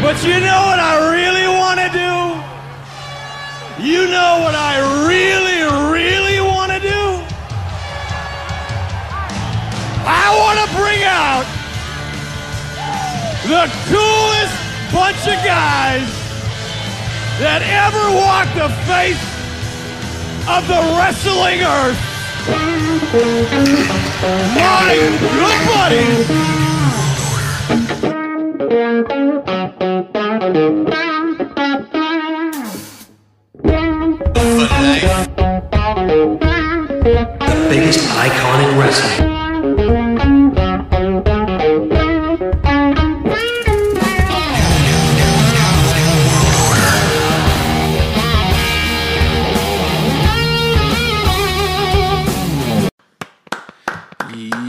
But you know what I really want to do? You know what I really, really want to do? I want to bring out the coolest bunch of guys that ever walked the face of the wrestling earth. My good buddies. biggest icon in wrestling.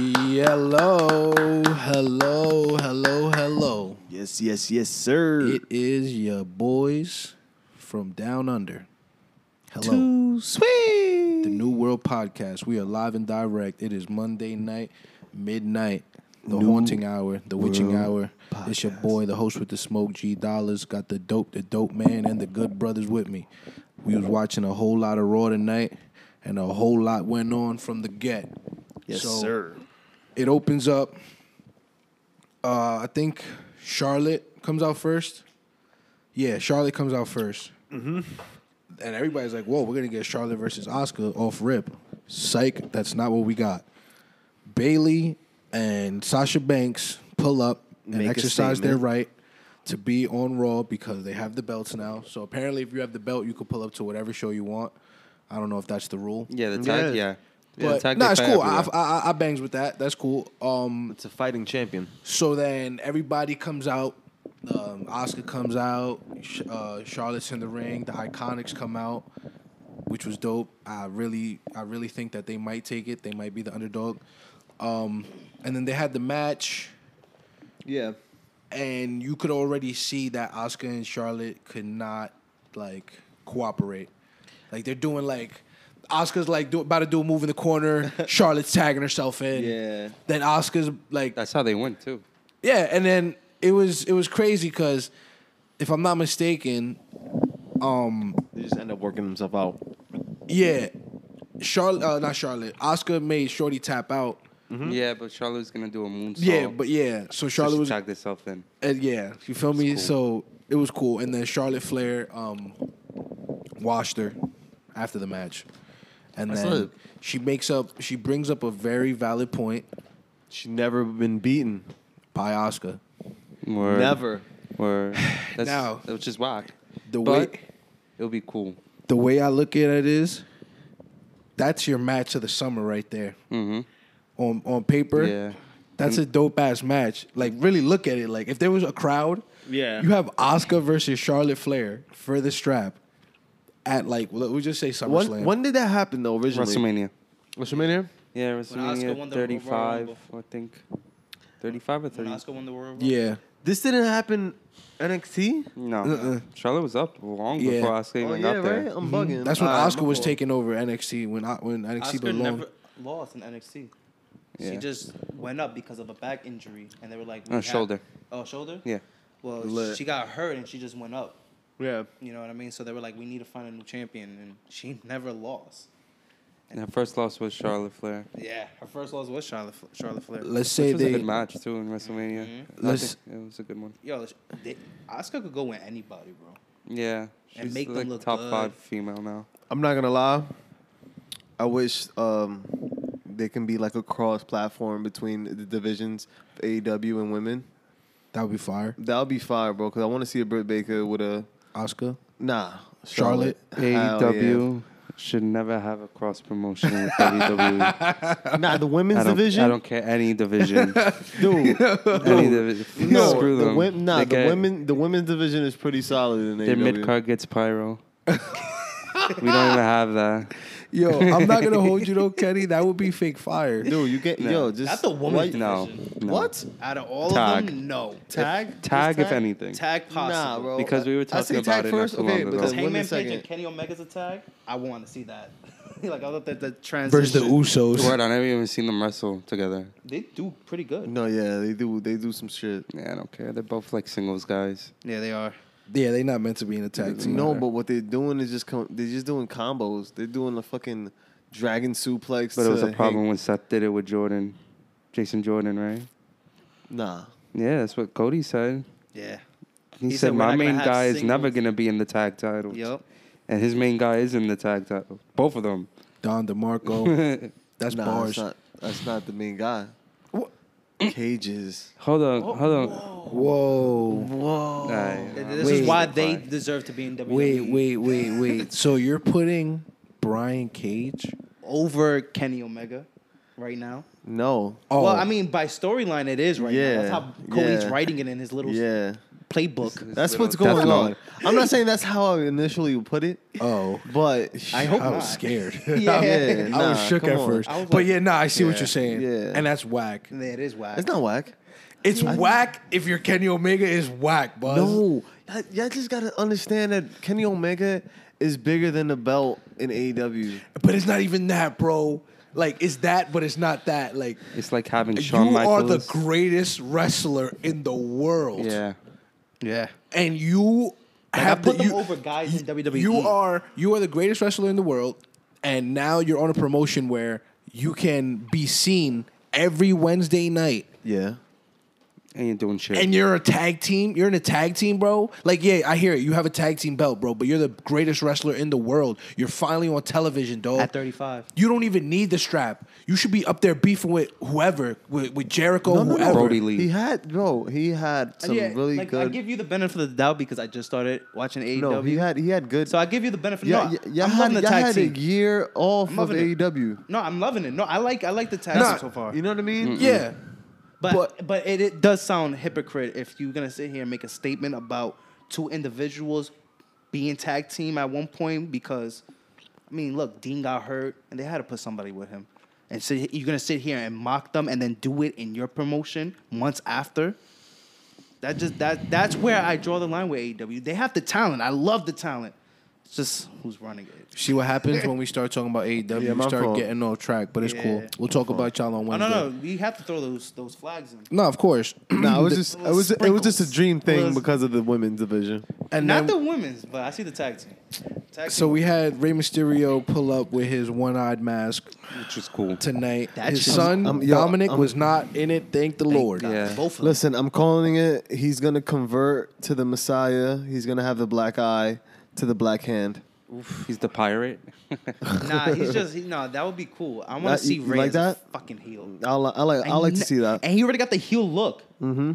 Hello, hello, hello, hello. Yes, yes, yes, sir. It is your boys from down under. Hello, sweet. the New World Podcast. We are live and direct. It is Monday night, midnight, the haunting hour, the witching hour. It's your boy, the host with the smoke, G Dollars. Got the dope, the dope man, and the good brothers with me. We was watching a whole lot of Raw tonight, and a whole lot went on from the get. Yes, So, sir. it opens up. Uh, I think Charlotte comes out first. Yeah, Charlotte comes out 1st Mm-hmm. And everybody's like, "Whoa, we're gonna get Charlotte versus Oscar off rip." Psych, that's not what we got. Bailey and Sasha Banks pull up and Make a exercise their statement. right to be on Raw because they have the belts now. So apparently, if you have the belt, you can pull up to whatever show you want. I don't know if that's the rule. Yeah, the tag. Yeah. Yeah, yeah. the But tag no, they it's fight cool. I, everywhere. I, I- I bangs with that. That's cool. Um, it's a fighting champion. so then everybody comes out. Um, Oscar comes out. Sh- Uh, Charlotte's in the ring. The Iconics come out, which was dope. I really, I really think that they might take it. They might be the underdog. Um, and then they had the match, Yeah, and you could already see that Oscar and Charlotte could not like cooperate. Like they're doing like. Oscar's like do, about to do a move in the corner. Charlotte's tagging herself in. Yeah. Then Oscar's like that's how they win too. yeah, and then it was it was crazy because if I'm not mistaken, They just end up working themselves out. yeah, Charlotte, uh, not Charlotte, Oscar made Shorty tap out. Yeah, but Charlotte's gonna do a moonsault. Yeah, but yeah, so Charlotte Charlotte was tagged herself in. uh, yeah, you feel me? So it was cool, and then Charlotte Flair um, washed her after the match, and That's then lit. she makes up she brings up a very valid point She's never been beaten. by Oscar. Word. Never. Word. That's, Now- which is whack. The But way it'll be cool. the way I look at it is, that's your match of the summer right there. Mhm. On on paper, Yeah. that's a dope ass match. Like really look at it. Like if there was a crowd, Yeah. you have Oscar versus Charlotte Flair for the strap at like let we just say SummerSlam. When, when did that happen though? Originally, WrestleMania. WrestleMania? Yeah, Oscar won WrestleMania the Royal 35, Rumble. I think. 35 or When 30. Oscar won the World Rumble? yeah, This didn't happen NXT. No, Charlotte was up long Yeah. before Oscar Oh, even yeah, got right. there. I'm bugging. Uh, that's when All right, Oscar my was fault. taking over NXT when I, when NXT Oscar belonged. never lost in NXT. Yeah. She just went up because of a back injury, and they were like, Uh, we have- shoulder. Oh, shoulder. Yeah. Well, Lit. she got hurt and she just went up. Yeah. You know what I mean? So they were like, we need to find a new champion, and she never lost. And her first loss was Charlotte Flair. Yeah, her first loss was Charlotte Fla- Charlotte Flair. Let's say Which was a they good match too in WrestleMania. Mm-hmm. I Let's- think It was a good one. Yo, sh- they, Oscar could go with anybody, bro. Yeah. And make them like look top good. five female now. I'm not gonna lie. I wish um, they can be like a cross platform between the divisions, AEW and women. that would be fire. That would be fire, bro. Because I want to see a Britt Baker with a Oscar, nah Charlotte. Hell AEW E should never have a cross promotion with WWE. yeah. Nah, the I women's don't, division. I don't care any division. Dude, any division. no, Screw the them. wom- nah, They the get- women, the women's division is pretty solid in Their AEW. mid card gets pyro. we don't even have that. yo, I'm not gonna hold you though, Kenny. That would be fake fire. Dude, you get yo, just Not the woman's why- No. division. no. What Out of all Tag. of them, no. tag? Tag, Just if anything. Tag possible. Nah, bro. Because we were I talking say about tag it not first. too okay, long but ago. then Hangman women's Page and second. Kenny Omega's a tag. I want to see that. like I thought that the transition. versus the Usos. Word, I never even seen them wrestle together. They do pretty good. No, yeah, they do. They do some shit. Yeah, I don't care. They're both like singles guys. Yeah, they are. Yeah, they not meant to be in a tag team. No, but what they're doing is just com- they're just doing combos. They're doing the fucking dragon suplex. But it was to a problem Hank. when Seth did it with Jordan, Jason Jordan, right? Nah, Yeah, that's what Cody said. Yeah. He, He said, said we're my not gonna main have guy is never singles." gonna be in the tag title. Yep. And his main guy is in the tag title. Both of them. Don DeMarco. That's nah, bars. That's not, that's not the main guy. Cages. Hold on, hold on. Whoa. Whoa. Alright, Th- uh, This Wait. is why they deserve to be in E. WWE. Wait, wait, wait, wait. so you're putting Brian Cage? Over Kenny Omega right now. No. Oh. Well, I mean, by storyline, it is right Yeah, now. That's how Cody's yeah. writing it in his little Yeah. playbook. That's what's little going death on. note. I'm not saying that's how I initially put it, Oh. but I hope I not. was scared. Yeah. Yeah, I was nah, shook come at on. first. I was but like- yeah, nah, I see what Yeah. you're saying. Yeah. And that's whack. Yeah, it is whack. It's not whack. It's whack if you're Kenny Omega is whack, bud. No, y'all- y'all just gotta understand that Kenny Omega is bigger than the belt in E AEW. But it's not even that, bro. Like it's that, but it's not that. Like It's like having Shawn you Michaels. are the greatest wrestler in the world. Yeah. yeah. And you Like, I have put the, them you, over guys in E WWE. E. You are you are the greatest wrestler in the world, and now you're on a promotion where you can be seen every Wednesday night. Yeah. And you're doing shit. And you're a tag team. You're in a tag team, bro. Like, yeah, I hear it. You have a tag team belt, bro. But you're the greatest wrestler in the world. You're finally on television, dog. At 35. you don't even need the strap. You should be up there beefing with whoever, with, with Oh, Jericho, No, no, no. whoever. Brody Lee. He had bro. He had some Uh, Yeah, really like, I good. give E you the benefit of the doubt because I just started watching AEW. no, he had he had good. so I give you the benefit. yeah, no, yeah, y'all I'm had, loving the y'all tag had a team. year off I'm of loving it. AEW. No, I'm loving it. No, I like I like the tag Nah, team so far. You know what I mean? Yeah. But But- but, it, it does sound hypocrite if you're gonna sit here and make a statement about two individuals being tag team at one point because I mean look, Dean got hurt and they had to put somebody with him. And so you're gonna sit here and mock them and then do it in your promotion months after. That just that that's where I draw the line with AEW. They have the talent. I love the talent. It's just who's running it. See what happens when we start talking about AEW. Yeah, we my start fault. getting off track, but it's Yeah. cool. We'll talk about y'all on Oh Wednesday. no no, we have to throw those those flags in. No, of course. Nah, it was just it was it was just a dream thing Sprinkles. because of the women's division. and Not the then, women's, but I see the tag team. Tag team. so we had Rey Mysterio pull up with his one-eyed mask which is cool. tonight. That's his just- son I'm- yo, Dominic um, I'm- was not in it. Thank the Lord. God. Yeah. both of them. Listen, I'm calling it. He's gonna convert to the Messiah. He's gonna have the black eye to the black hand. He's the pirate. Nah, he's just he, nah. That would be cool. I want That- to see you Ray like as a that? fucking heel. I like I like I like to kn- see that. And he already got the heel look. Mm-hmm.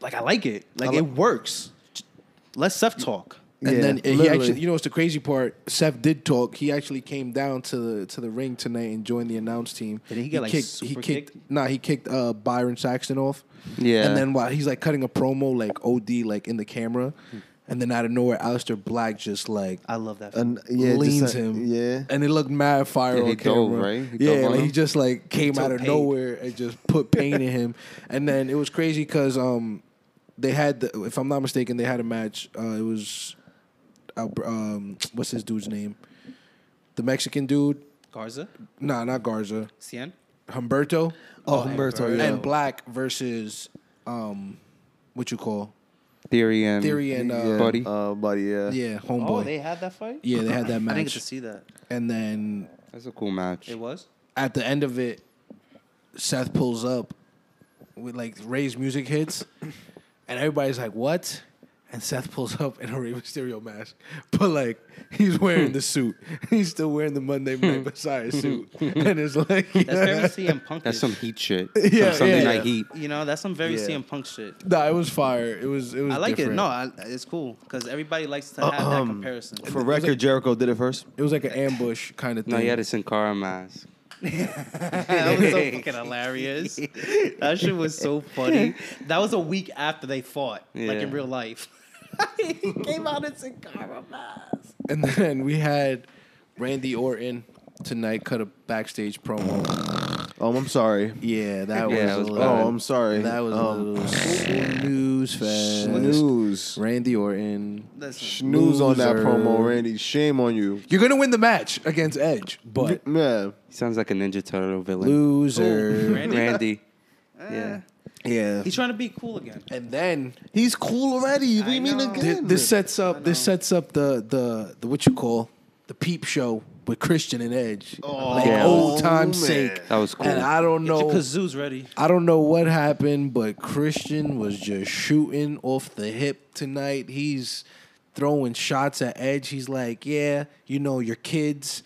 Like I like it. Like li- it works. Less self talk. And Yeah, then he literally. actually, you know, what's the crazy part? Seth did talk. He actually came down to the to the ring tonight and joined the announce team. Did he get, like, kicked, super he kicked, kicked? Nah, he kicked uh, Byron Saxton off. Yeah. And then while he's like cutting a promo, like OD, like in the camera, Hmm. and then out of nowhere, Alistair Black just like I love that. And- yeah, just leans like- him. Yeah. And it looked mad fire Yeah, on he camera. dove, right? He yeah, dove on like he him? just like came out of paid. nowhere and just put pain in him. And then it was crazy because um they had the if I'm not mistaken they had a match. Uh, it was Albr- um what's his dude's name? The Mexican dude? Garza, Nah, not Garza. Cien. Humberto Oh, Humberto, yeah. and Black versus um what you call Theory and Theory and uh, yeah, Buddy. uh, buddy, yeah. yeah homeboy. Oh, they had that fight. yeah, they had that I didn't get match. to see that. and then That's a cool match. It was. at the end of it, Seth pulls up with like Ray's music hits, and everybody's like, "What?" And Seth pulls up in a Rey Mysterio mask, but like he's wearing the suit. He's still wearing the Monday Night Messiah suit, and it's like That's very CM Punk. That's some heat shit. Yeah, some Sunday yeah. night heat. You know, that's some very Yeah. CM Punk shit. nah, it was fire. It was it was. I like it. different. No, I, it's cool because everybody likes to have that comparison. For record, Jericho did it first. it was like an ambush kind of thing. No, he had a Sin Cara mask. that was so fucking hilarious. That shit was so funny. That was a week after they fought, like Yeah. in real life. he came out in Sakara mask. And then we had Randy Orton tonight cut a backstage promo. Oh, I'm sorry. Yeah, that Yeah, was, it was a bad. little. Oh, I'm sorry. That was Um, a little Snooze Fest. Snooze. Randy Orton. Listen, Snooze on that Loser. promo, Randy. Shame on you. You're gonna win the match against Edge, but Yeah. He sounds like a Ninja Turtle villain. loser. Randy. yeah. yeah. he's trying to be cool again. And then He's cool already. What do you mean know. thi- again? this sets up this sets up the, the the what you call the peep show with Christian and Edge. like Yeah. old time man. sake. That was cool. And I don't Get your know kazoos ready. I don't know what happened, but Christian was just shooting off the hip tonight. He's throwing shots at Edge. He's like, yeah, you know, your kids,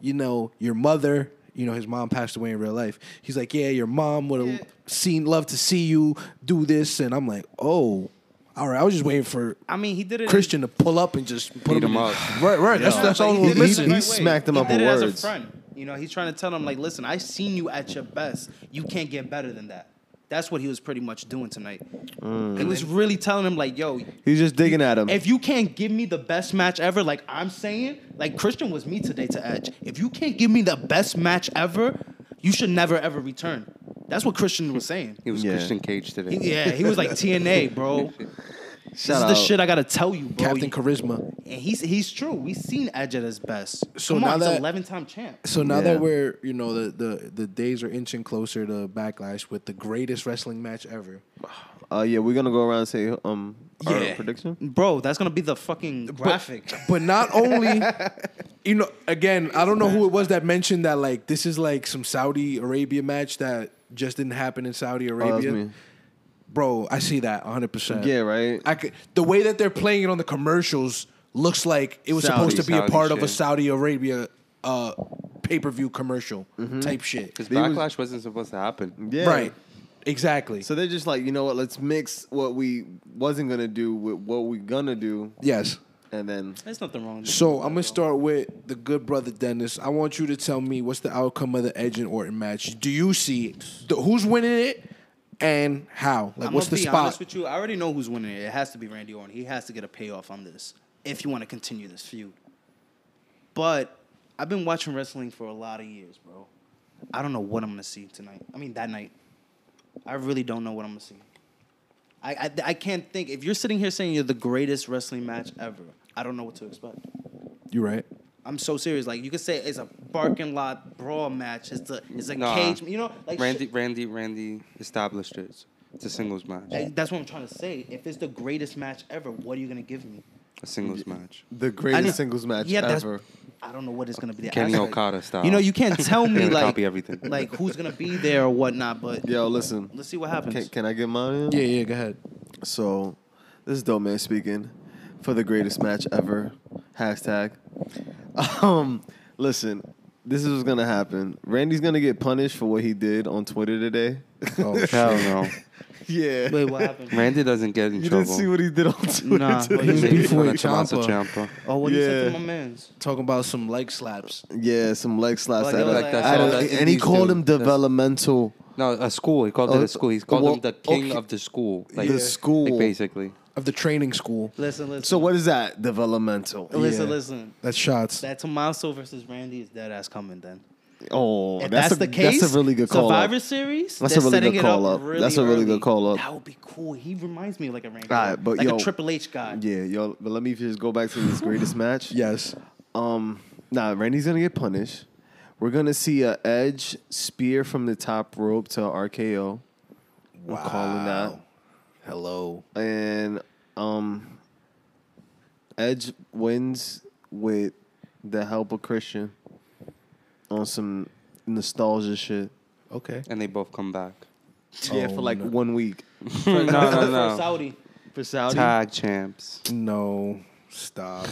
you know, your mother. You know, his mom passed away in real life. He's like, yeah, your mom would have seen, love to see you do this. And I'm like, oh, all right. I was just waiting for I mean, he did it. Christian to pull up and just put Beat in- him up. Right, right. That's, No, that's but all he we did it listen. the He missing. right way. smacked him He up did with it as a words. friend. You know, he's trying to tell him like, listen, I seen you at your best. You can't get better than that. That's what he was pretty much doing tonight. Mm. He was really telling him like, yo, He's just digging at him. if you can't give me the best match ever, like I'm saying, like Christian was me today to Edge. If you can't give me the best match ever, you should never ever return. That's what Christian was saying. He was Yeah. Christian Cage today. He- yeah, he was like TNA, bro. this is Shout the out. shit I gotta tell you, bro. Captain Charisma. and he's he's true. We've seen Edge at his best. So Come now on, he's that- eleven time champ. So now Yeah. that we're, you know, the, the the days are inching closer to backlash with the greatest wrestling match ever. Uh, yeah, we're gonna go around and say um our Yeah. prediction. Bro, that's gonna be the fucking graphic. But not only, you know, again, I don't know who it was that mentioned that like this is like some Saudi Arabia match that just didn't happen in Saudi Oh, that's Arabia. me. Bro, I see that 100%. Yeah, right. I could, the way that they're playing it on the commercials looks like it was Saudi. supposed to be a Saudi part of a shit. Saudi Arabia uh, pay-per-view commercial Mm-hmm. type shit. Because He was- backlash was, not supposed to happen. yeah. Right. Exactly. So they're just like, you know what? Let's mix what we wasn't gonna do with what we gonna do, yes. and then There's nothing wrong. with So that, I'm bro. gonna start with the good brother Dennis. I want you to tell me what's the outcome of the Edge and Orton match. Do you see the, who's winning it and how? Like, I'm what's gonna the be honest spot? with you. I already know who's winning it. It has to be Randy Orton. He has to get a payoff on this if you want to continue this feud. But I've been watching wrestling for a lot of years, bro. I don't know what I'm gonna see tonight. I mean that night. I really don't know what I'm gonna see. I, I, I can't think. If you're sitting here saying you're the greatest wrestling match ever, I don't know what to expect. You right? I'm so serious. Like you could say it's a parking lot brawl match. It's a it's a Nah. cage. You know, like Randy, shit- Randy, Randy established it. It's a singles match. Like, that's what I'm trying to say. If it's the greatest match ever, what are you gonna give me? A singles match. the I know- greatest singles match Yeah, that's- ever. I don't know what it's gonna be. The Kenny aspect. Okada style. You know, you can't tell They're me gonna like copy everything. like who's gonna be there or whatnot. But Yo, listen. let's see what happens. Can, can I get mine? In? Yeah, yeah. Go ahead. So, this is dope man speaking for the greatest match ever. Hashtag. Um, listen, this is what's gonna happen. Randy's gonna get punished for what he did on Twitter today. Oh, shit. Hell no. yeah. Wait, what happened? Randy doesn't get in you trouble. didn't see what he did on Twitter. Nah, today? what you Maybe said- beef with for Tommaso Ciampa. Ciampa. oh, what you said to Yeah. my man's? Talking about some leg slaps. Yeah, some leg slaps. Like, at it was us. like that's At all us. that and he Indies called do. him That's- developmental. No, a school. He called Oh, it a school. He called well, him the king okay. of the school. Like, The like, school. basically. Of the training school. Listen, listen. So what is that? Developmental. Listen, Yeah. listen. That's shots. That Tommaso versus Randy is dead ass coming then. Oh, that's, If that's, a, the case, That's a really good call. Survivor up. Series. That's they're a really setting good it call up. really That's a really good early. call up. That would be cool. He reminds me of like a Randy, Alright, Orton, but like yo- a Triple H guy. Yeah, yo, but let me just go back to this greatest match. Yes. Um, nah, Randy's gonna get punished. We're gonna see a edge spear from the top rope to RKO. We're calling that. Hello. And um Edge wins with the help of Christian on some nostalgia shit. Okay. And they both come back. yeah, for like one week. no, no, For no. Saudi. For Saudi. Tag champs. No. Stop.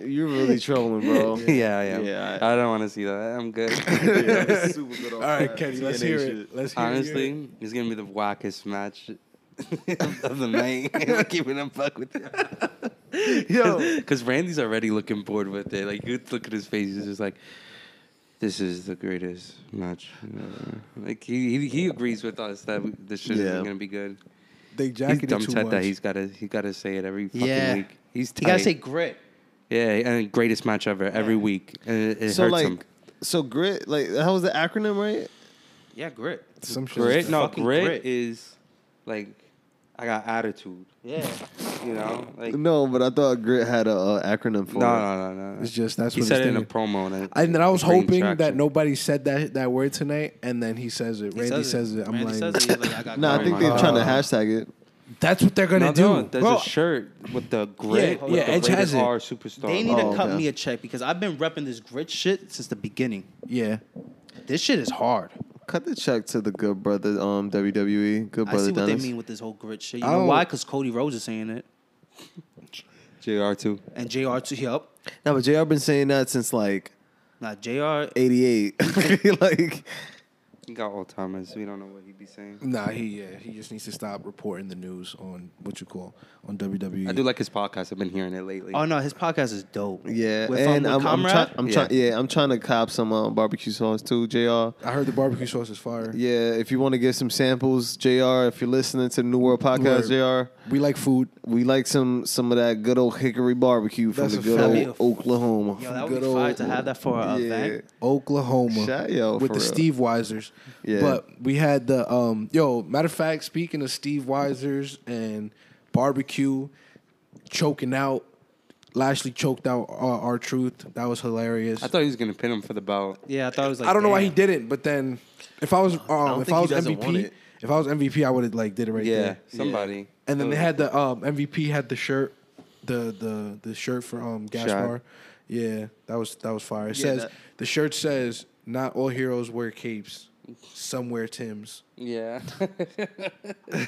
You're really trolling, bro. Yeah, Oh, yeah. Yeah, I- I, don't want to see that. I'm good. All All right, Kenny. Let's hear it. Let's hear it. Honestly, it's gonna be the wackest match of the night. We're keeping him fuck with it. Yo. because Randy's already looking bored with it. Like you look at his face, he's just like, "This is the greatest match." ever." Like he he, he agrees with us that we, this shit Yeah. isn't gonna be good. They He's jacketed dumb too tet much. that he's gotta he gotta say it every fucking Yeah. week. He's tight. You gotta say grit. yeah, and greatest match ever every week. And it, it So hurts like him. so grit like that was the acronym, right? Yeah, grit. Some shit. Grit? No, fucking grit, grit. is like I got attitude. Yeah. You know, like No, no, but I thought Grit had a uh, acronym for it. no, no, no. It's just- that's he what said his it in a thing is. promo. And, it- And then I was it gained hoping that traction. nobody said that, that word tonight, and then he says it. Randy says it. I'm Randy like, says it. He's like, I got No, I Kobe. think my they're God. trying to hashtag it. that's what they're gonna No, do. no, there's Bro, a shirt with the grid. Yeah, with yeah, the Edge rated has it. R superstar. They need Oh, to cut okay. me a check because I've been repping this grit shit since the beginning. yeah, This shit is hard. Cut the check to the good brother, um, WWE, good I brother see what they Dennis. mean with this whole grit shit. You I know don't- why? Because Cody Rhodes is saying it, JR too. and Jr. too. Yup. No, but Jr. been saying that since like Nah, Jr. '88. like, He got all timers. We don't know what he'd be saying. nah, he yeah, he just needs to stop reporting the news on what you call on E. WWE. I do like his podcast. I've been hearing it lately. Oh no, his podcast is dope. yeah, With, um, and with I'm, I'm, Comrade? try- I'm Yeah. trying. Yeah, I'm trying to cop some uh, barbecue sauce too, Jr. I heard the barbecue sauce is fire. Yeah, if you want to get some samples, Jr. If you're listening to the New World Podcast, Jr. We like food. We like some some of that good old hickory barbecue from That's the a good fact. old That'd be a- Oklahoma. Yo, that Good would be fire old- to have that for a event. Oklahoma Shut yo, with for real. the Steve Weisers. Yeah. But we had the um yo, matter of fact, speaking of Steve Weisers and barbecue choking out Lashley choked out uh, our truth. That was hilarious. I thought he was gonna pin him for the belt. Yeah, I thought it was like. I don't know why he damn. didn't, but then if I was um, if think I he was doesn't want MVP, it. if I was MVP, I would have like did it right Yeah, there. somebody. And then That they was- had the um, MVP had the shirt, the the the shirt for um Gaspar. Yeah, that was that was fire. It says that- the shirt says not all heroes wear capes. Some wear Tim's. yeah,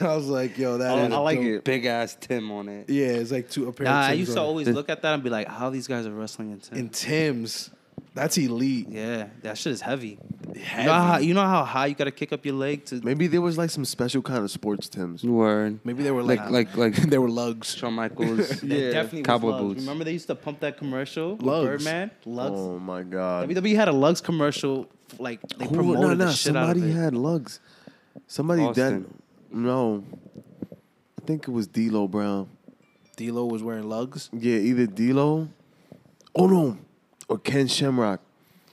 I was like, yo, that I is like dope. it. big ass Tim on it. Yeah, it's like two a pair. Nah, of I Tim's used to on it. always look at that and be like, how these guys are wrestling in and ten. Tim's. That's elite. Yeah, that shit is heavy. You, Heavy. know how, you know how high you gotta kick up your leg to. Maybe there was like some special kind of sports Tim's. Word. Maybe they were like Like like like they were lugs. Shawn Michaels. That definitely Cowboy was lugs. boots. Remember they used to pump that commercial, with Lugs. Birdman, lugs. Oh my god. WWE had a lugs commercial, like they Who- promoted no, no, the shit out somebody of it. had lugs. Somebody that Austin. no, I think it was D'Lo Brown. D'Lo was wearing lugs. Yeah, either D'Lo, oh no, or Ken Shamrock.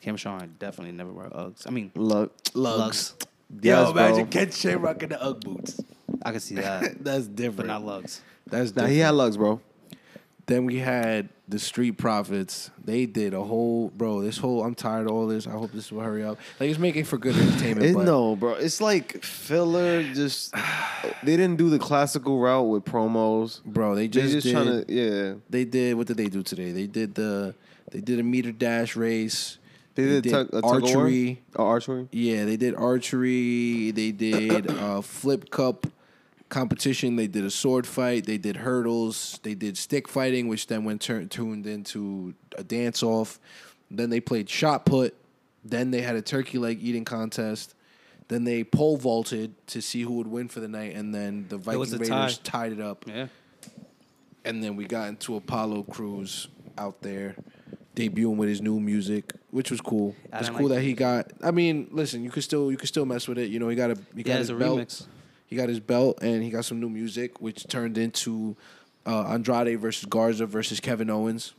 Cam Sean definitely never wore Uggs. I mean, Lug. Lugs. Yes, Yo, bro. imagine Ken Shamrock in the UGG boots. I can see that, That's different. but not lugs. That's Nah, different. he had lugs, bro. then we had the Street Profits. They did a whole bro. This whole I'm tired of all this. I hope this will hurry up. Like it's making for good entertainment. It, but no, bro. It's like filler. Just they didn't do the classical route with promos. bro, they They just, just did, trying to yeah. They did what did they do today? They did the they did a meter dash race. They did, a tug, a tug of war? archery. Oh, archery. Yeah, they did archery. They did uh, flip cup competition. They did a sword fight. They did hurdles. They did stick fighting, which then went turn tuned into a dance off. Then they played shot put. Then they had a turkey leg eating contest. Then they pole vaulted to see who would win for the night, and then the Viking was a Raiders tie. tied it up. Yeah, And then we got into Apollo Crews out there debuting with his new music, which was cool. I It's don't cool like that he got. I mean, listen, you could still you could still mess with it. You know, he got a he got yeah, his it's a belt. remix. He got his belt and he got some new music, which turned into uh, Andrade versus Garza versus Kevin Owens,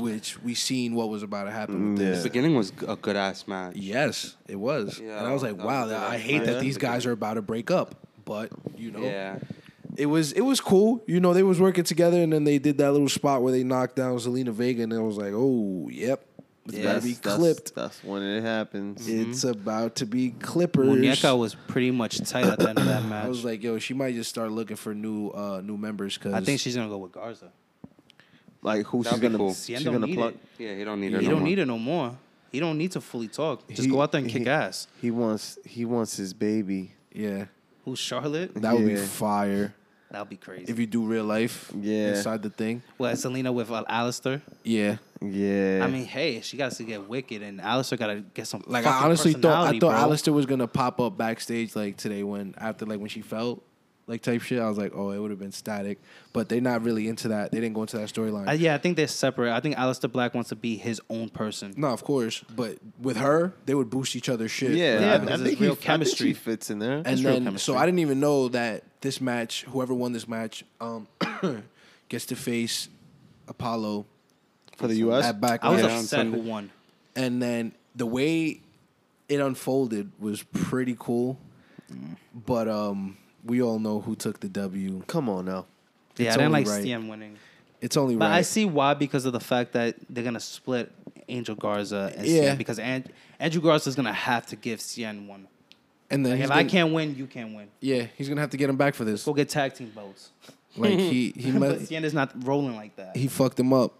which we seen what was about to happen Mm, with this. The beginning was a good ass match. Yes, it was, Yeah, and I was like, that wow, was- that I was hate fire. that these guys are about to break up. But you know, Yeah. it was it was cool. You know, they was working together, and then they did that little spot where they knocked down Zelina Vega, and it was like, oh, yep, it's about to be clipped. That's, that's when it happens. It's about to be clippers. Muñeca was pretty much tight at the end of that match. I was like, yo, she might just start looking for new uh new members because I think she's gonna go with Garza. Like who she's That'd be gonna cool. Cien she's don't Oh, gonna need plug. it. Yeah, he don't need He it. don't no more. need it no more. He don't need to fully talk. Just He- go out there and kick he- ass. He wants he wants his baby. yeah, Who's Charlotte? that would be Yeah. fire That'll be crazy. if you do real life. Yeah. inside the thing. well, Selena with uh, Alistair. Yeah, Yeah. I mean, hey, she got to get wicked, and Alistair got to get some. like I fucking honestly thought I personality, thought bro. Alistair was gonna pop up backstage like today when after like when she felt. Like type shit, I was like, oh, it would have been static, but they're not really into that. They didn't go into that storyline. Uh, yeah, I think they're separate. I think Alistair Black wants to be his own person. No, of course. But with her, they would boost each other's shit. yeah, Yeah, I- I, because it's think he, real I think she chemistry. fits in there. And it's real then, chemistry. so I didn't even know that this match, whoever won this match, um, gets to face Apollo for the US. at Backlash. I was Yeah, on upset who Sunday. won. and then the way it unfolded was pretty cool. But um, we all know who took the W. Come on now. Yeah, It's I didn't only like right. CM winning. It's only But right. I see why because of the fact that they're gonna split Angel Garza and Yeah. CM because An- Andrew Garza is gonna have to give CN one. and then Like, he's if gonna, I can't win, you can't win. yeah, he's gonna have to get him back for this. Go get tag team belts. Like he he but met, Cien is not rolling like that. he fucked him up.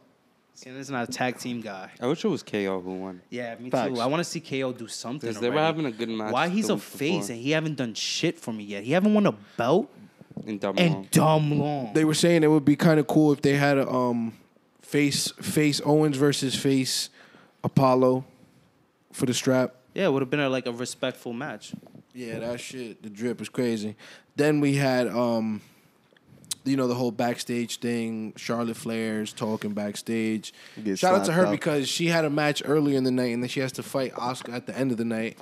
Cien is not a tag team guy. I wish it was KO who won. Yeah, me Facts. too. I want to see KO do something. Because they were already. having a good match Why he's the a week face before. and he haven't done shit for me yet. He haven't won a belt In dumb and dumb long. They were saying it would be kind of cool if they had a um face face Owens versus face Apollo for the strap. yeah, it would have been a, like a respectful match. Yeah, that shit, the drip was crazy. Then we had um you know the whole backstage thing, Charlotte Flair's talking backstage. Get Shout out to slapped her up. because she had a match earlier in the night and then she has to fight Oscar at the end of the night.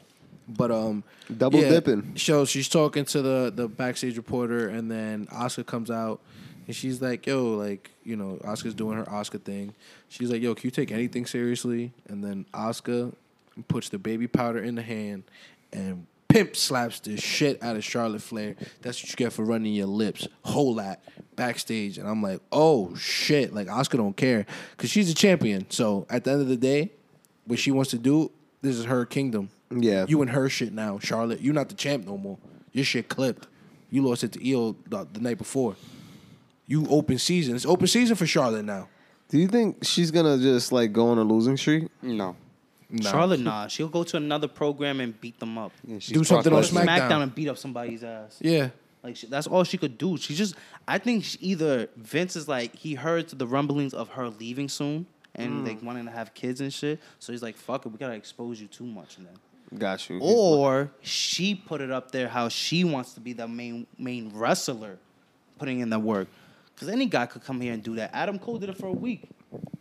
But um Double dipping. So she's talking to the the backstage reporter and then Oscar comes out and she's like, "Yo, like, you know, Oscar's doing her Oscar thing." She's like, "Yo, can you take anything seriously?" And then Oscar puts the baby powder in the hand and pimp slaps the shit out of Charlotte Flair. That's what you get for running your lips. Whole lot backstage and I'm like, "Oh shit, like Oscar don't care cuz she's a champion." So, at the end of the day, what she wants to do, this is her kingdom. Yeah. You and her shit now, Charlotte. You're not the champ no more. Your shit clipped. You lost it to EO the, the night before. You open season. It's open season for Charlotte now. Do you think she's gonna just like go on a losing streak? No. Charlotte, nah, she'll go to another program and beat them up. Yeah, she's Do something Brock on Go to Lesnar. Smack- SmackDown. SmackDown and beat up somebody's ass. Yeah. Like she, that's all she could do. She just, I think she either Vince is like he heard the rumblings of her leaving soon Mm. and like wanting to have kids and shit. So he's like, "Fuck it, we gotta expose you too much." Then, Got you. or she put it up there how she wants to be the main main wrestler, putting in the work. Because any guy could come here and do that. Adam Cole did it for a week.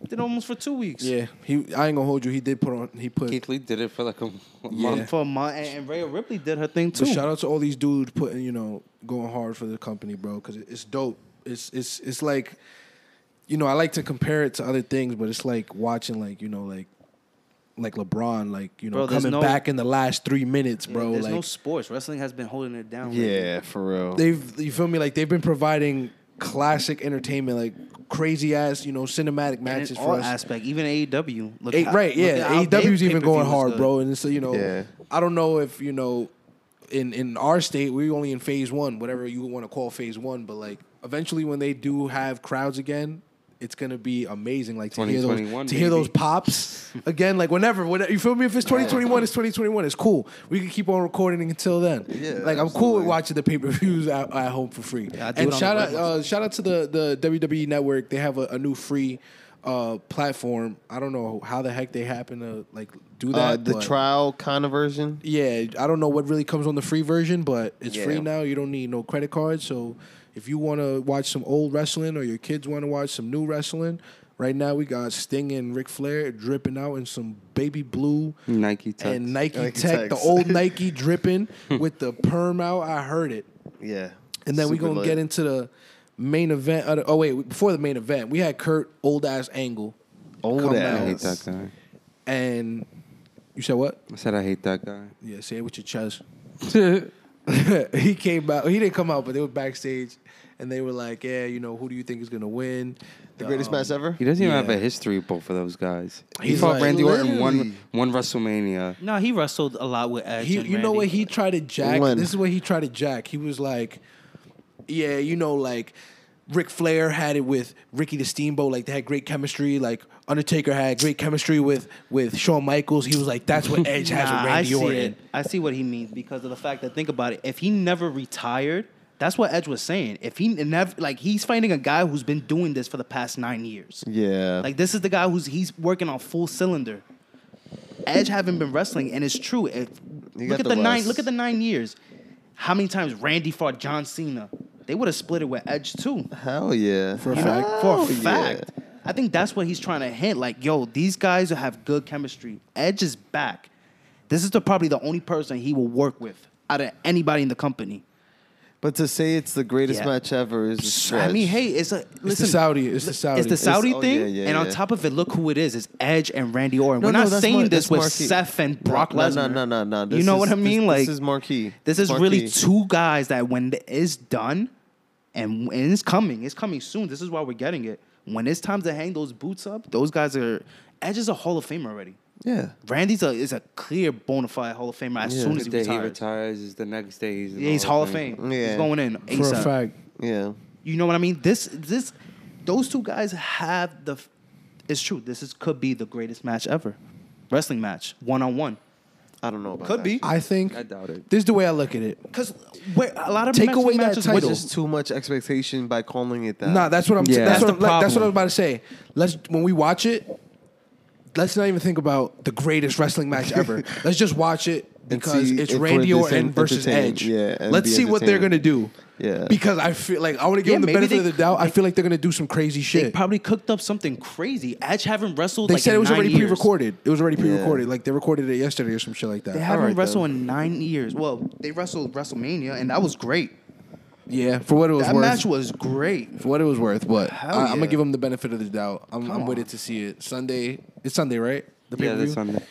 Did it almost for two weeks. Yeah. He I ain't gonna hold you. He did put on he put Keith Lee did it for like a month. Yeah. For a month, and, and Rhea Ripley did her thing too. But shout out to all these dudes putting, you know, going hard for the company, bro, because it's dope. It's it's it's like, you know, I like to compare it to other things, but it's like watching, like you know, like like LeBron, like you know, Bro, there's coming no- back in the last three minutes, Yeah, bro. there's like no sports. Wrestling has been holding it down. lately. yeah, for real. they've you feel me? Like they've been providing classic entertainment, like crazy ass, you know, cinematic And in matches all for us. aspect, even AEW. Look Eight, how- right, look at how yeah. their AEW's even pay-per-view going was hard, good. bro. And so you know, Yeah. I don't know if you know, in in our state we're only in phase one, whatever you want to call phase one. But like eventually, when they do have crowds again. It's gonna be amazing, like to hear those to 2021, hear those baby. pops again, like whenever, whenever you feel me. If it's twenty twenty one, it's twenty twenty one. It's cool. We can keep on recording until then. Yeah, like I'm cool with absolutely. watching the pay per views at, at home for free. Yeah, I do and it on shout the out, regular. uh, shout out to the the WWE Network. They have a, a new free uh, platform. I don't know how the heck they happen to like do that. uh, the but- trial kind of version. Yeah, I don't know what really comes on the free version, but it's Yeah. free now. You don't need no credit card. So if you want to watch some old wrestling or your kids want to watch some new wrestling, right now we got Sting and Ric Flair dripping out in some baby blue Mm. Nike tux. and Nike, Nike Tech, the Techs. old Nike dripping with the perm out. I heard it. Yeah. And then we're Super going to lit. get into the main event. of the- oh, wait. Before the main event, we had Kurt Old Ass Angle. Old come I hate ass. that guy. And you said what? I said I hate that guy. Yeah, say it with your chest. he came out. He didn't come out, but they were backstage. And they were like, yeah, you know, who do you think is going to win? Um, The greatest Um, match ever. He doesn't even Yeah. have a history book for those guys. he He's fought like- Randy Orton one Literally. one WrestleMania. No, he wrestled a lot with Edge. He, and you know Randy. what he tried to jack? When? This is what he tried to jack. He was like, yeah, you know, like Ric Flair had it with Ricky the Steamboat. Like they had great chemistry. Like Undertaker had great chemistry with with Shawn Michaels. He was like, that's what Edge has Nah, with I Randy see Orton. it. I see what he means because of the fact that think about it. If he never retired, that's what Edge was saying. If he never like he's fighting a guy who's been doing this for the past nine years. Yeah. Like this is the guy who's he's working on full cylinder. Edge haven't been wrestling, and it's true. If, You look got at the the, nine. last- Look at the nine years. How many times Randy fought John Cena? They would have split it with Edge too. Hell yeah. For a fact. for a fact. I think that's what he's trying to hint. Like, yo, these guys have good chemistry. Edge is back. This is the, probably the only person he will work with out of anybody in the company. But to say it's the greatest Yeah. match ever is a stretch. I mean, hey, it's a listen. It's the Saudi. It's the Saudi. It's the Saudi oh, thing, yeah, yeah, and on yeah. top of it, look who it is. It's Edge and Randy Orton. No, We're no, not that's saying mar- this that's with marquee. Seth and Brock no, Lesnar. No, no, no, no. You This know is- what I this- mean? like this is marquee. This is really Marquee. two guys that when it is done, and, and it's coming, it's coming soon. This is why we're getting it. When it's time to hang those boots up, those guys are Edge is a Hall of Famer already. Yeah. Randy's a is a clear bona fide Hall of Famer as Yeah. soon The as he day he retires. retires is the next day. He's, in Yeah, he's the Hall of Fame. Yeah. He's going in for a ASAP. fact. Yeah. You know what I mean? This this those two guys have the f- it's true. This is could be the greatest match ever. Wrestling match, one on one. I don't know about Could that. be. I think. I doubt it. This is the way I look at it. Cuz a lot of Take wrestling away that matches title. were- Just too much expectation by calling it that. Nah, that's what I'm. Yeah. That's, That's what the I'm like, that's what I was problem. about to say. Let's when we watch it, let's not even think about the greatest wrestling match ever. let's just watch it And because see it's if we're Randy Orton entertain- versus entertained. Edge. Yeah, and let's be see what they're gonna entertained. do. Yeah. because I feel like I want to give Yeah, them the maybe benefit they- of the doubt. I feel like they're gonna do some crazy They shit. probably cooked up something crazy. Edge haven't wrestled. They like, said in it was nine already years. pre-recorded. It was already pre-recorded. Like they recorded it yesterday or some shit like that. They haven't Alright, wrestled then. in nine years. Well, they wrestled WrestleMania, and that was great. yeah, for what it was That worth. match was great. for what it was worth, but Hell I, am gonna yeah. give them the benefit of the doubt. I'm, I'm on. waiting to see it Sunday. It's Sunday, right? The Yeah, pay-per-view? that's Sunday.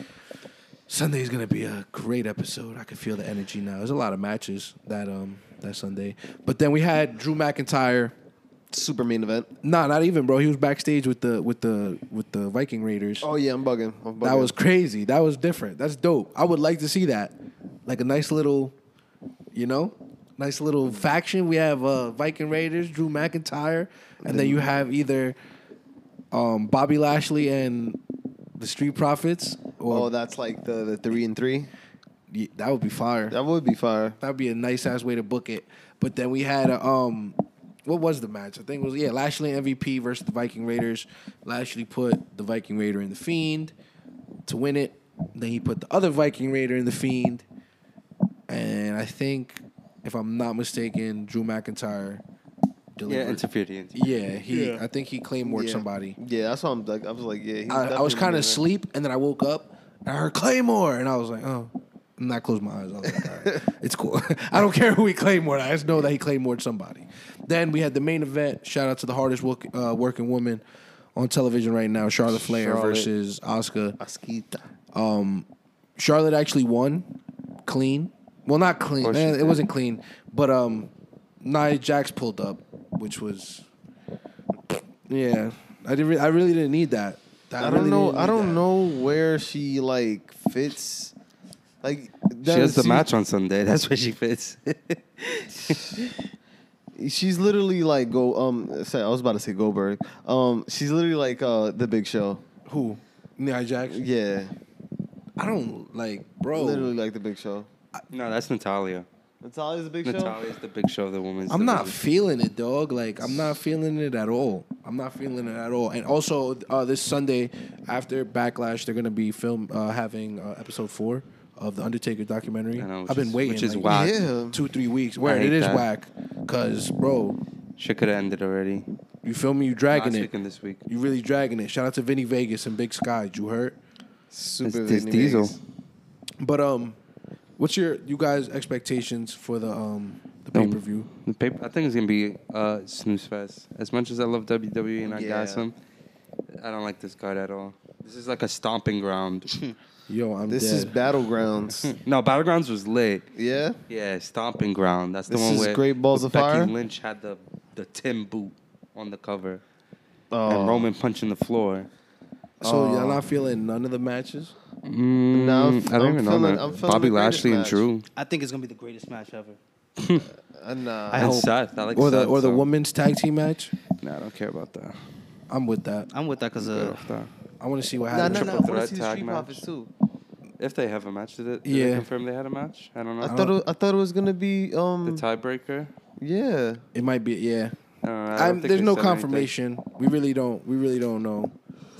Sunday's gonna be a great episode. I can feel the energy now. There's a lot of matches that um that Sunday. But then we had Drew McIntyre. super main event. Nah, not even, bro. He was backstage with the with the with the Viking Raiders. Oh yeah, I'm bugging. I'm bugging. that was crazy. That was different. That's dope. I would like to see that. Like a nice little, you know, nice little faction. We have uh Viking Raiders, Drew McIntyre, and then you have either um Bobby Lashley and the Street Profits. Or Oh, that's like the, the three and three. Yeah, that would be fire. That would be fire. That'd be a nice ass way to book it. But then we had a, um, what was the match? I think it was yeah, Lashley and MVP versus the Viking Raiders. Lashley put the Viking Raider in the Fiend to win it. Then he put the other Viking Raider in the Fiend, and I think if I'm not mistaken, Drew McIntyre Yeah, delivered. interfered. He interfered. Yeah, he. I think he claimed Yeah. somebody. Yeah, that's what I'm like. I was like, yeah. he's I, I definitely was kind main of event. asleep, and then I woke up and I heard Claymore, and I was like, oh. And I closed my eyes. I was like, all right, it's cool. I don't care who he Claymore. I just know that he Claymored somebody. Then we had the main event. Shout out to the hardest work, uh, working woman on television right now, Charlotte Flair Charlotte. versus Oscar. Asquita. Charlotte actually won, clean. Well, not clean. course she Eh, it did. wasn't clean, but um, Nia Jax pulled up, which was, yeah. I didn't. Re- I really didn't need that. I, really don't know. didn't I need don't that. know where she like fits. Like She that has the she- match on Sunday. That's where she fits. She's literally like go. Um, sorry, I was about to say Goldberg. Um, she's literally like uh the Big Show. Who? Nia Jax. Yeah, I don't like, bro. literally like the Big Show. no, that's Natalia. Natalia's the Big Show. Natalia's the big show of the women's. I'm not division. feeling it, dog. Like I'm not feeling it at all. I'm not feeling it at all. And also, uh, this Sunday after Backlash, they're gonna be film uh, having uh, episode four of the Undertaker documentary. I know, which I've been is- waiting, which is like, whack. Yeah. two three weeks. Where hate it is that. whack, cause bro, She could have ended already. you feel me? You Last dragging week and it. this week. You really dragging it. Shout out to Vinny Vegas and Big Sky. You heard? Super It's- it's Vinny Diesel. Vegas. But um, what's your you guys expectations for the um the pay Um, per view? The paper, I think it's gonna be uh, snooze fest. As much as I love WWE and I Yeah. got some, I don't like this card at all. This is like a stomping ground. Yo, I'm This dead. is battlegrounds. no, battlegrounds was lit. yeah. Yeah, stomping ground. That's the This one is where Great Balls of Becky Fire? Lynch had the the Tim boot on the cover Oh. and Roman punching the floor. So y'all not feeling none of the matches? Now I'm- I don't I'm even know feeling- that. I'm feeling Bobby the greatest Lashley and match. Drew I think it's gonna be the greatest match ever. Uh, nah. and hope- Seth. I like or the Seth, or the so- women's tag team match. Nah, I don't care about that. I'm with that. I'm with that because Good uh, off that. I want to see what Nah, nah, happens. nah. I Triple want to threat see the tag Street match. Profits too. If they have a match, did it? Did Yeah. They confirm they had a match. I don't know. I thought it, I thought it was gonna be the um tiebreaker. yeah. It might be yeah. I don't know. I don't I'm, think there's they no said anything. confirmation. We really don't. We really don't know.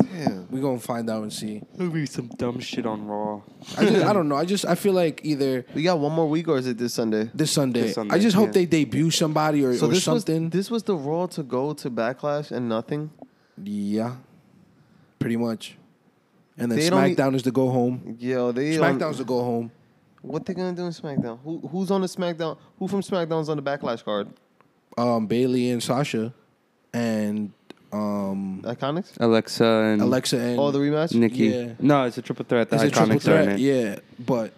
Damn. We're gonna find out and see. Maybe some dumb shit on Raw. I, just, I don't know. I just I feel like either We got one more week or is it this Sunday? this Sunday. This Sunday, I just hope yeah. they debut somebody or, So or this something. was this was the Raw to go to Backlash and nothing. yeah, pretty much. And then They don't e- SmackDown is the go home. Yo, they um, on- SmackDown's the go home. What they gonna do in SmackDown? Who who's on the SmackDown? Who from SmackDown's on the Backlash card? Um, Bailey and Sasha, and um, Iconics. Alexa and Alexa and Oh, the rematch. Nikki. Yeah. No, it's a triple threat. The It's a triple Iconics are in threat, it. yeah. But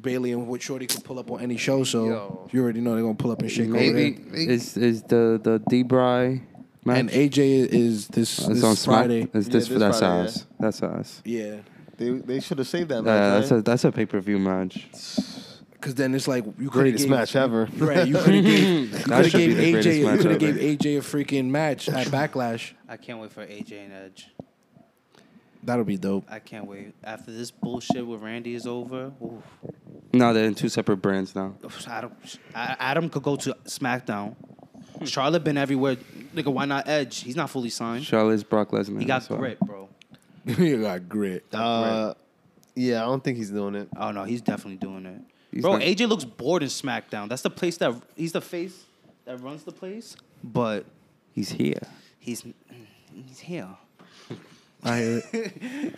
Bailey and what Shorty can pull up on any show, so Yo. you already know they're gonna pull up and shake Maybe over is is the the D Bry there. match? And AJ is this, it's this on Smack- Friday. Is Yeah, this this that's Friday, ours? That's ours. Yeah, They they should have saved that Yeah, match. that's a that's a pay per view match. because then it's like you could greatest match ever. Right, you could have gave, you coulda should be gave the greatest AJ, you match could have ever. gave AJ a freaking match at Backlash. I can't wait for AJ and Edge. That'll be dope. I can't wait. After this bullshit with Randy is over, oof, No, they're in two separate brands now. Adam, I- Adam could go to SmackDown. Charlotte been everywhere. Nigga, why not Edge? He's not fully signed. Charlotte's Brock Lesnar. He got so- grit, bro. you got grit. Uh, yeah, I don't think he's doing it. Oh no, he's definitely doing it. He's Bro, not- AJ looks bored in SmackDown. That's the place that he's the face that runs the place, but He's here. he's he's here. I hear it.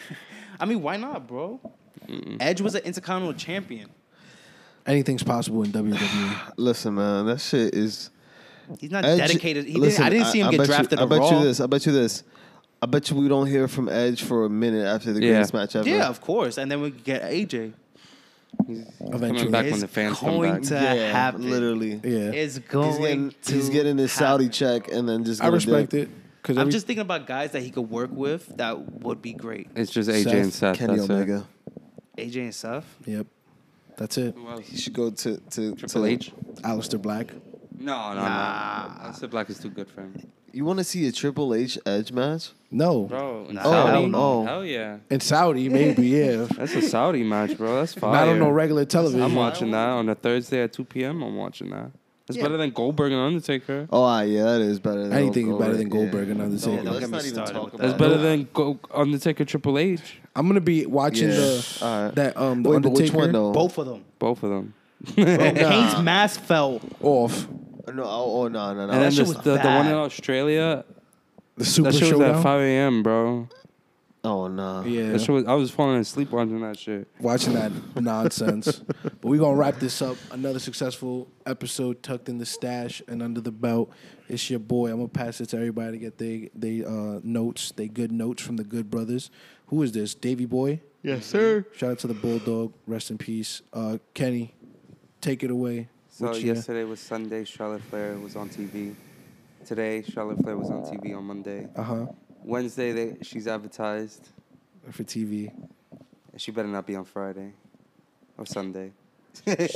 I mean, why not, bro? Edge was an Intercontinental Champion. Anything's possible in E WWE. Listen, man, that shit is. He's not Edge- dedicated. He listen, didn't, I didn't see him I get bet drafted. You, I to bet Raw. you this. I bet you this. I bet you we don't hear from Edge for a minute after the Yeah. greatest match ever. Yeah, of course. And then we get AJ. Eventually, coming back when It's the fans come going back. to Yeah, happen. literally. yeah, It's He's going getting, to. he's getting his happen. Saudi check and then just. I gonna respect dip. it. Because I'm just thinking about guys that he could work with that would be great. It's just AJ and Seth. Kenny that's Omega. It. AJ and Seth. Yep, that's it. He should go to to Triple to, H. Aleister Black. No, no, nah. no. Seth Black is too good for him. You want to see a Triple H Edge match? No, Bro, in Nah. Saudi? Oh, no. Hell yeah. in Saudi maybe. Yeah, That's a Saudi match, bro. That's fire. not on no regular television. I'm watching that on a Thursday at 2 p.m. I'm watching that. That's better than Goldberg and Undertaker. Oh, ah, yeah, that is better. Than Anything is Gold- better than Goldberg yeah. and No, Undertaker. Don't let's get me not even started talk with about That's that. it. better than Go- Undertaker Triple H. I'm gonna be watching Yeah. the All right. that um the Wait, but Undertaker which one though? Both of them. Both of them. Kane's mask fell. off No, oh, oh, no, no, no. And then that shit this, was the, the one in bad. Australia, the Super that shit was at Showdown. 5 a.m., bro. oh no. Yeah, That shit was, I was falling asleep watching that shit. watching that nonsense. But we're gonna wrap this up. Another successful episode tucked in the stash and under the belt. It's your boy. I'm gonna pass it to everybody to get they they uh, notes, they good notes from the good brothers. Who is this? Davy Boy? Yes, sir. Shout out to the Bulldog. Rest in peace. Uh, Kenny, take it away. So What you- yesterday was Sunday. Charlotte Flair was on TV. Today, Charlotte Flair was on TV on Monday. Uh-huh. Wednesday, they, she's advertised. For TV. She better not be on Friday or Sunday.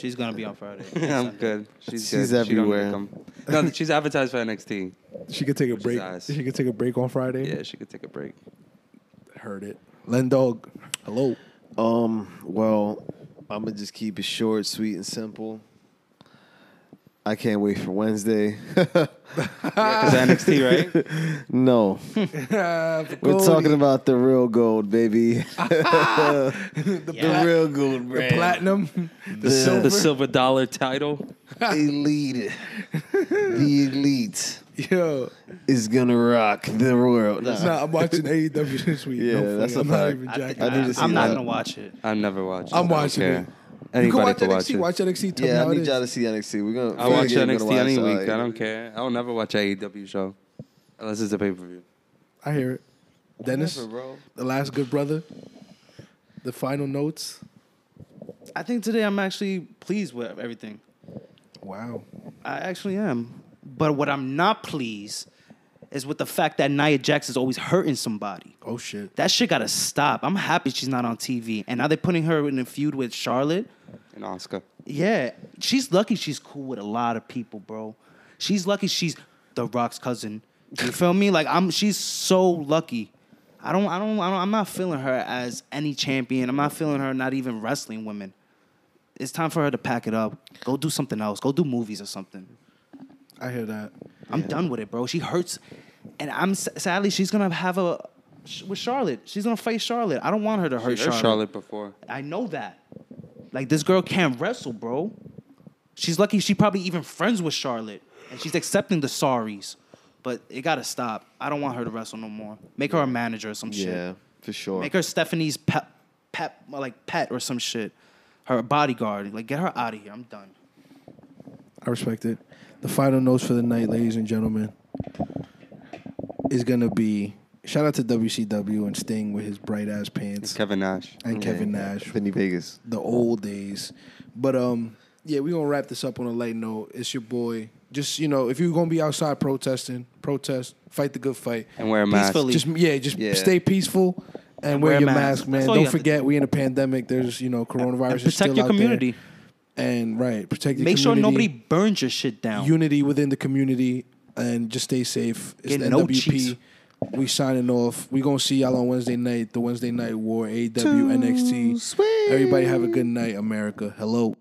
She's gonna be on Friday. I'm good. She's, She's good. She don't everywhere. need to come. no, she's advertised for NXT. She could take a break. ass. She could take a break on Friday. Yeah, she could take a break. Heard it. Len Dog. Hello. Um. Well, I'm gonna just keep it short, sweet, and simple. I can't wait for Wednesday. Ah! Cause NXT, right? no, we're talking about the real gold, baby. the real gold, the brand. platinum. the, The silver dollar title. elite, the elite Yo. is gonna rock the world. It's not, I'm watching AEW this week. Yeah, no funny. that's a I'm not fact. even I think jacking. I need to see I'm not that. gonna watch it. I've never watched. it. I'm I don't watching care. it. Anybody you can watch can NXT. it. Watch NXT. Tell me Yeah, how I it need is. y'all to see NXT. We're gonna. I watch we're gonna NXT any watch, uh, week. I don't care. I'll never watch AEW show unless it's a pay per view. I hear it. Dennis, bro. the last good brother. The final notes. I think today I'm actually pleased with everything. Wow. I actually am. But what I'm not pleased is with the fact that Nia Jax is always hurting somebody. Oh shit. That shit gotta stop. I'm happy she's not on TV. And now they're putting her in a feud with Charlotte. And Oscar. Yeah, she's lucky she's cool with a lot of people, bro. She's lucky she's The Rock's cousin. You feel me? Like I'm she's so lucky. I don't I don't I don't I'm not feeling her as any champion. I'm not feeling her not even wrestling women. It's time for her to pack it up. Go do something else. Go do movies or something. I hear that. I'm done with it, bro. She hurts, and I'm s- sadly she's gonna have a sh- with Charlotte. She's gonna fight Charlotte. I don't want her to Heard hurt Charlotte. Charlotte. before. I know that. Like this girl can't wrestle, bro. She's lucky. She probably even friends with Charlotte, and she's accepting the sorries. But it gotta stop. I don't want her to wrestle no more. Make her a manager or some shit. Yeah, for sure. Make her Stephanie's pet, pet, like pet or some shit. her bodyguard. Like, get her out of here. I'm done. I respect it. The final notes for the night, ladies and gentlemen, is gonna be shout out to WCW and Sting with his bright ass pants Kevin Nash. and Kevin Nash, Vinny Vegas. the old days. But um, yeah, we gonna wrap this up on a light note. It's your boy. Just you know, if you're gonna be outside protesting, protest, fight the good fight. And wear a mask. Peacefully. Just yeah, just Yeah. stay peaceful and wear, wear a your mask. mask, man. That's all you Don't have to forget, we in a pandemic. There's you know coronavirus. And is protect still your out there. community. and right protect. Your Make sure nobody community. burns your shit down. unity within the community and just stay safe. It's Get the no cheats. NWP. We signing off. We gonna see y'all on Wednesday night. The Wednesday night war. AW NXT. Everybody have a good night, America. Hello.